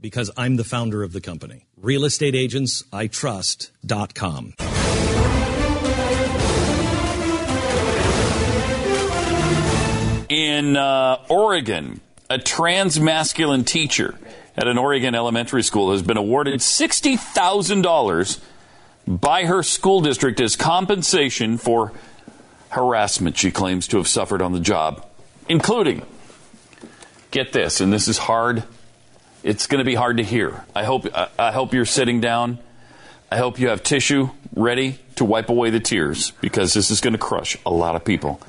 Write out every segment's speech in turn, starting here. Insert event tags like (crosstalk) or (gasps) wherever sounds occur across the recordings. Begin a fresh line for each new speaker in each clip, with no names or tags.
Because I'm the founder of the company. Real estate agents I trust.com.
in uh, Oregon, a trans masculine teacher at an Oregon elementary school has been awarded $60,000 by her school district as compensation for harassment she claims to have suffered on the job, including, get this, and this is hard. It's going to be hard to hear. I hope, I, I hope you're sitting down. I hope you have tissue ready to wipe away the tears because this is going to crush a lot of people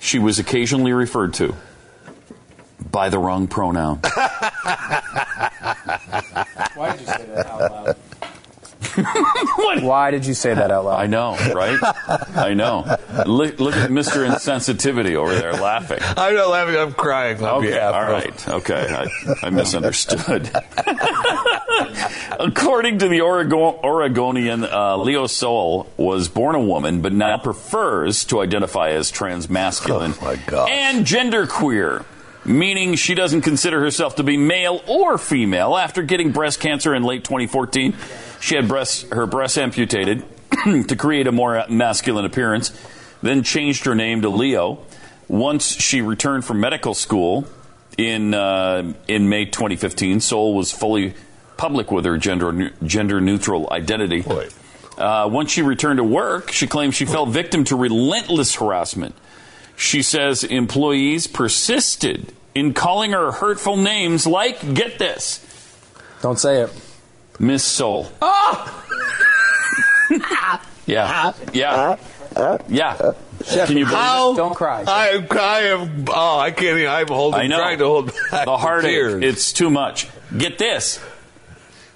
she was occasionally referred to by the wrong pronoun.
Why did you say that out loud?
What?
Why did you say that out
I
loud?
know, right? I know. Look, look at Mr. Insensitivity over there laughing.
I'm not laughing. I'm crying. On
Okay,
behalf
all
of-
right. Okay, I, I misunderstood. According to the Oregon, Oregonian, uh, Leo Sol was born a woman, but now prefers to identify as transmasculine
Oh, my gosh.
and genderqueer, meaning she doesn't consider herself to be male or female. After getting breast cancer in late 2014, she had breasts, her breasts amputated (clears throat) to create a more masculine appearance, then changed her name to Leo. Once she returned from medical school in uh, in May 2015, Sol was fully public with her gender gender neutral identity.
Boy.
Uh, once she returned to work, she claimed she fell victim to relentless harassment. She says employees persisted in calling her hurtful names like, get this,
Don't say it.
Miss Soul. (laughs) yeah. Yeah. Yeah. Can you believe
How?
Don't cry.
I am. I am. Oh, I can't. Even, I'm holding.
I know.
Trying to hold back
the heartache.
tears.
It's too much. Get this,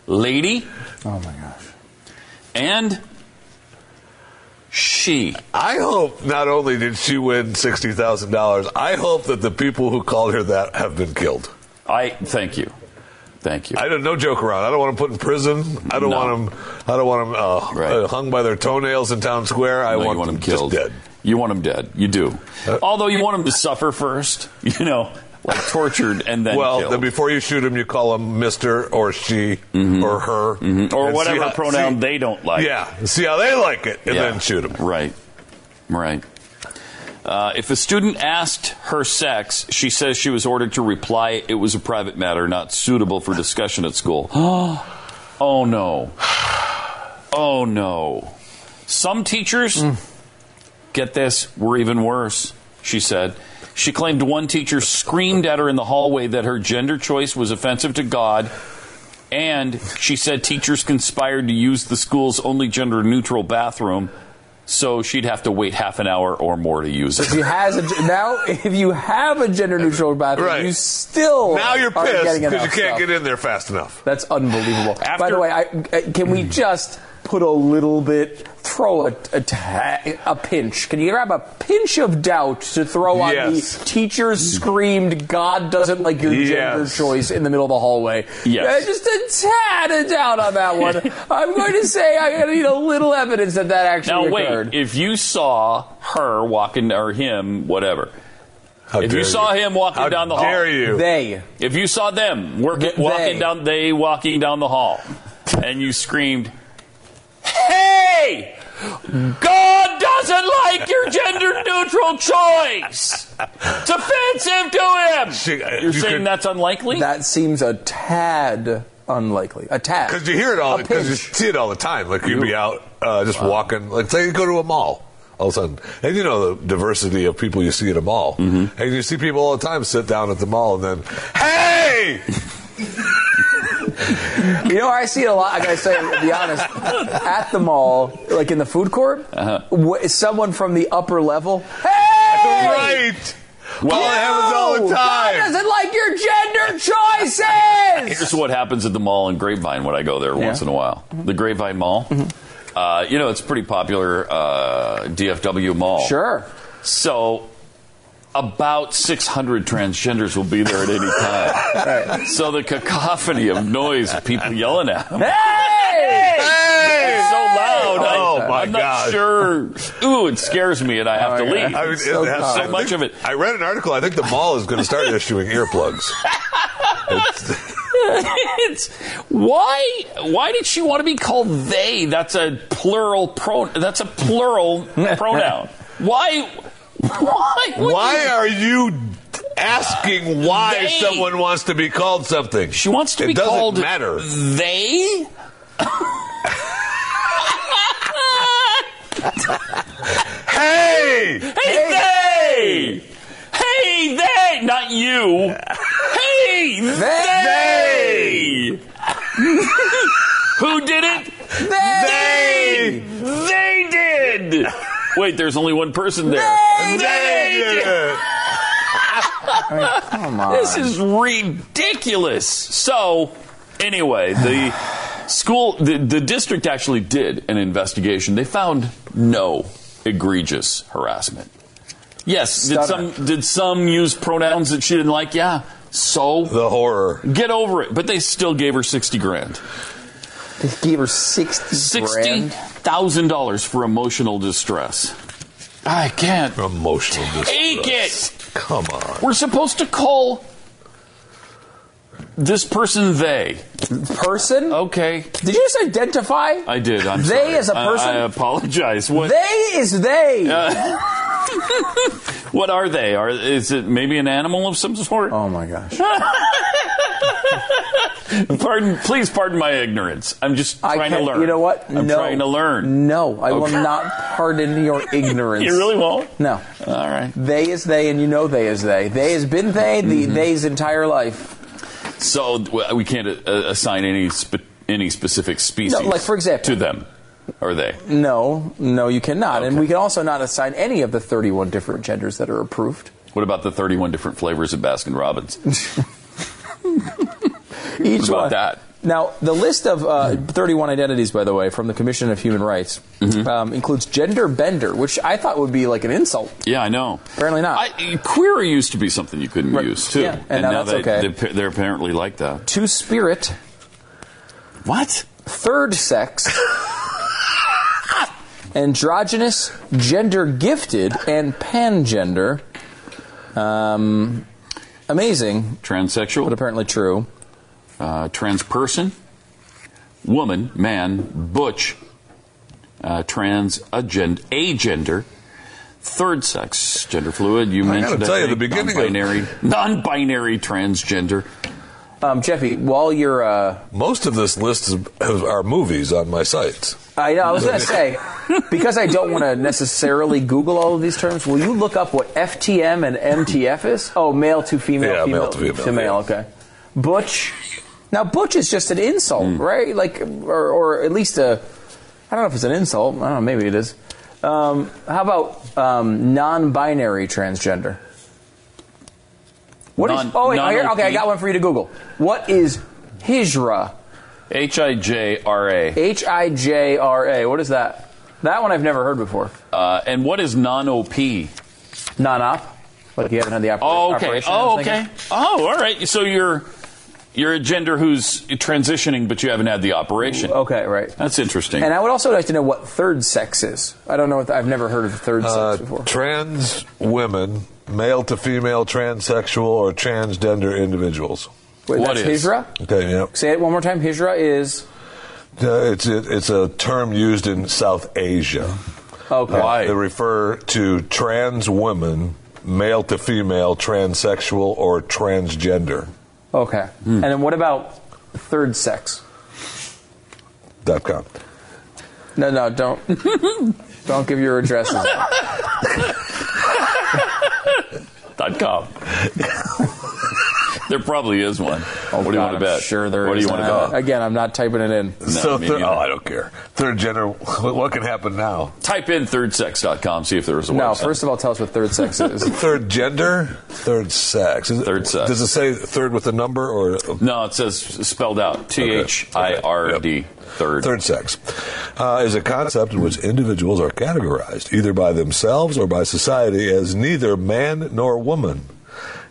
lady
Oh my gosh.
and she.
I hope not only did she win sixty thousand dollars. I hope that the people who called her that have been killed.
I thank you. Thank you.
I don't. No joke around. I don't want them put in prison. I don't
No.
want them. I don't want them uh,
Right.
uh, hung by their toenails in town square. I
No,
want, Uh,
you want
them
him killed.
just dead.
You want him dead. You do. Although you want him to suffer first, (laughs) you know, like tortured and then
well,
killed.
then before you shoot him, you call him Mister or She or Her
Mm-hmm. or
And see
whatever
how-
pronoun
see-
they don't like.
Yeah, see how they like it, and
Yeah.
then shoot him.
Right. Right. Uh, if a student asked her sex, she says she was ordered to reply it was a private matter, not suitable for discussion at school. (gasps) oh no. Oh no. Some teachers,
Mm.
get this, were even worse, she said. She claimed one teacher screamed at her in the hallway that her gender choice was offensive to God, and she said teachers conspired to use the school's only gender neutral bathroom, so she'd have to wait half an hour or more to use
If you
it.
has a, now, if you have a gender neutral bathroom,
Right.
you still
Now you're
aren't
pissed
getting
because you
enough
can't
stuff.
get in there fast enough.
That's unbelievable.
After-
By the way, I, I- can
Mm.
we just put a little bit, throw a, a, ta- a pinch? Can you grab a pinch of doubt to throw on
Yes.
the teachers screamed, God doesn't like your gender
Yes.
choice in the middle of the hallway?
Yes.
Uh, just a tad of doubt on that
(laughs)
one. I'm going to say I'm going to need a little evidence that that
Now
actually occurred.
wait, if you saw her walking or him, whatever.
How
If
dare
you saw him walking
How
down the hall,
dare you?
They.
If you saw them work,
Th-
walking
they.
down, they walking down the hall, and you screamed, "Hey, God doesn't like your gender-neutral choice. It's offensive to Him."
She- uh,
You're
you
saying
could-
that's unlikely.
That seems a tad unlikely. A tad.
Because you hear it all,
A
because you
pinch.
see it all the time. Like you'd be out uh, just walking, like say you go to a mall all of a sudden, and you know the diversity of people you see at a mall, and you see people all the time sit down at the mall and then, hey,
You know, where I see it a lot. I gotta say, to be honest, at the mall, like in the
Uh-huh.
food court, wh- someone from the upper level, hey,
right. Well, it happens all the
No! God
time.
doesn't like your gender choices.
Here's what happens at the mall in Grapevine when I go there once in a while. The Grapevine Mall.
Mm-hmm.
Uh, you know, it's a pretty popular uh, DFW mall.
(laughs) Sure.
So about 600 transgenders will be there at any time.
(laughs)
So the cacophony of noise of people yelling at them.
Hey!
Hey!
It's so loud.
Oh,
I,
my
I'm not
God.
sure. Ooh, it scares me, and I have to
Oh, yeah.
leave.
I mean,
So
it has-
so
I
much of
think-
it.
I read an article. I think the mall is going to start issuing earplugs.
it's, why? Why did she want to be called they? That's a plural pro. That's a
(laughs)
plural pronoun. Why? Why? would
(laughs) Why
you-
are you asking why
They-
someone wants to be called something?
she wants to
it
be
doesn't
called
matter.
they?
Hey!
Hey, they! Hey, they! Not you. Hey, they! (laughs) Who did it? They! They did! Wait, there's only one person there. They did! This is ridiculous. So, anyway, the school, the, the district actually did an investigation. They found no egregious harassment. Yes, did
Stunning.
some did some use pronouns that she didn't like? Yeah. So
The horror.
get over it. But they still gave her sixty grand,
They gave her 60
sixty
grand.
thousand dollars for emotional distress. I can't
Emotional distress.
take it.
Come on.
We're supposed to call this person they.
Person?
Okay,
Did you just identify?
Oh. I did. I'm
They
sorry.
as a
I-
person?
I, apologize. What
They is they.
what are they? Are is it maybe an animal of some sort?
oh my gosh.
Pardon, please pardon my ignorance. I'm just
I
trying to
can't-
learn.
You know what?
I'm
no.
trying to learn.
No, I will
Okay.
not pardon your ignorance.
(laughs) You really won't?
No.
All right.
They is they, and you know they is they. They has been they the
Mm-hmm.
they's entire life.
So w- we can't uh, assign any spe- any specific species.
like, for example-
to them, are they?
No, no, you cannot, and we can also not assign any of the 31 different genders that
(laughs)
are approved.
What about the 31 different flavors of Baskin
(laughs)
Robbins?
Each
about
one.
that? Mm-hmm.
Now, the list of uh, 31 identities, by the way, from the Commission of Human Rights
Mm-hmm.
um, includes gender bender, which I thought would be like an insult.
Yeah, I know.
Apparently not.
I, queer used to be something you couldn't
Right.
use too,
Yeah, and now that's
they,
okay.
they pa- they're apparently like that.
Two spirit,
What?
third sex, (laughs) androgynous, gender gifted, and pangender. Um, amazing, but
Transsexual,
apparently true.
uh, trans person, woman, man, butch, uh, trans, agend, agender, third sex, gender fluid. You
gotta
mentioned
tell you,
think,
the beginning of-
non-binary, non-binary, transgender.
Um, Jeffy, while you're, uh,
Most of this list is, are movies on my sites.
I know, I was going to
(laughs)
say, because I don't want to necessarily Google all of these terms, will you look up what FTM and MTF is? Oh, male to female,
Yeah,
female,
male to female,
male,
yeah.
okay. Butch. Now, butch is just an insult,
Hmm.
right? Like, or, or at least a, I don't know if it's an insult. I don't know, maybe it is. Um, how about um, non-binary transgender? What is?
Non-
oh, wait, oh, here, okay, I
non-OP.
got one for you to Google. What is hijra?
H I J R A.
H I J R A. What is that? That one I've never heard before.
Uh, and what is non OP?
Non-op. Like you haven't had the oper-
Oh, okay.
operation. I was
Oh, okay.
thinking.
Oh, all right. So you're you're a gender who's transitioning, but you haven't had the operation.
Oh.
Okay, right.
That's interesting.
And I would also like to know what third sex is. I don't know. What the, I've never heard of third
Uh,
sex before.
trans women, male to female, transsexual, or transgender individuals.
Wait,
what
that's
is?
hijra.
Okay, yeah.
Say it one more time. Hijra is
Uh, it's it, it's a term used in South Asia.
okay.
Why?
They refer to trans women, male to female, transsexual, or transgender.
Okay.
Hmm.
And then what about third sex?
Dot com.
No, no,
(laughs)
don't. don't give your addresses. out.
Dot com. There probably is one. what do you
Oh,
want
God,
to
I'm
bet?
Sure, there is. Uh,
What do you want to
And I-
bet?
Again, I'm not typing it in.
so
me
thir-
neither.
oh, I don't care. Third gender. (laughs) What can happen now?
Type in thirdsex.com, see if there is a
No,
website.
first of all, tell us what third sex (laughs) is.
Third gender. Third sex. Is it-
Third sex.
Does it say third with a number or
No, it says spelled out T H I R D. Third.
Third sex uh, is a concept in which individuals are categorized either by themselves or by society as neither man nor woman.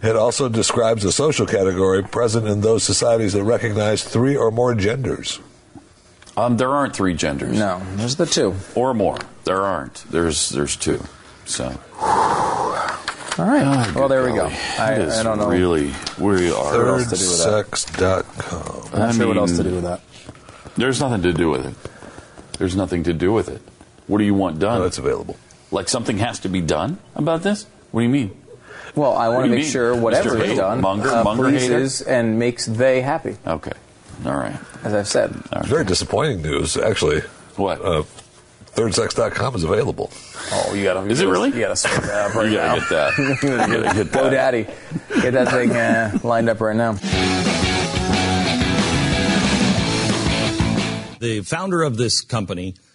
It also describes a social category present in those societies that recognize three or more genders.
Um, there aren't three genders.
No, there's the two.
Or more. There aren't. There's there's two. So.
All right. well, Oh, there we go.
Golly,
I,
that is
I don't know.
Really, we are.
Thirdsex.com.
I'm not
I
sure what else
mean-
to do with that.
There's nothing to do with it. There's nothing to do with it. What do you want done?
No, it's available.
like something has to be done about this? What do you mean?
Well, I
What
want
do
to
you
make
mean?
sure whatever
Mr.
is
Hate,
done
Munger,
uh,
Munger hater?
pleases and makes they happy,
Okay. All right.
as I've said.
It's very disappointing news, actually.
What?
Uh, thirdsex.com is available.
Oh, you got to.
Is it really?
You got to sort that up right
you
now.
gotta get that.
(laughs)
you gotta get
Go,
that.
Daddy. Get that thing uh, lined up right now.
the founder of this company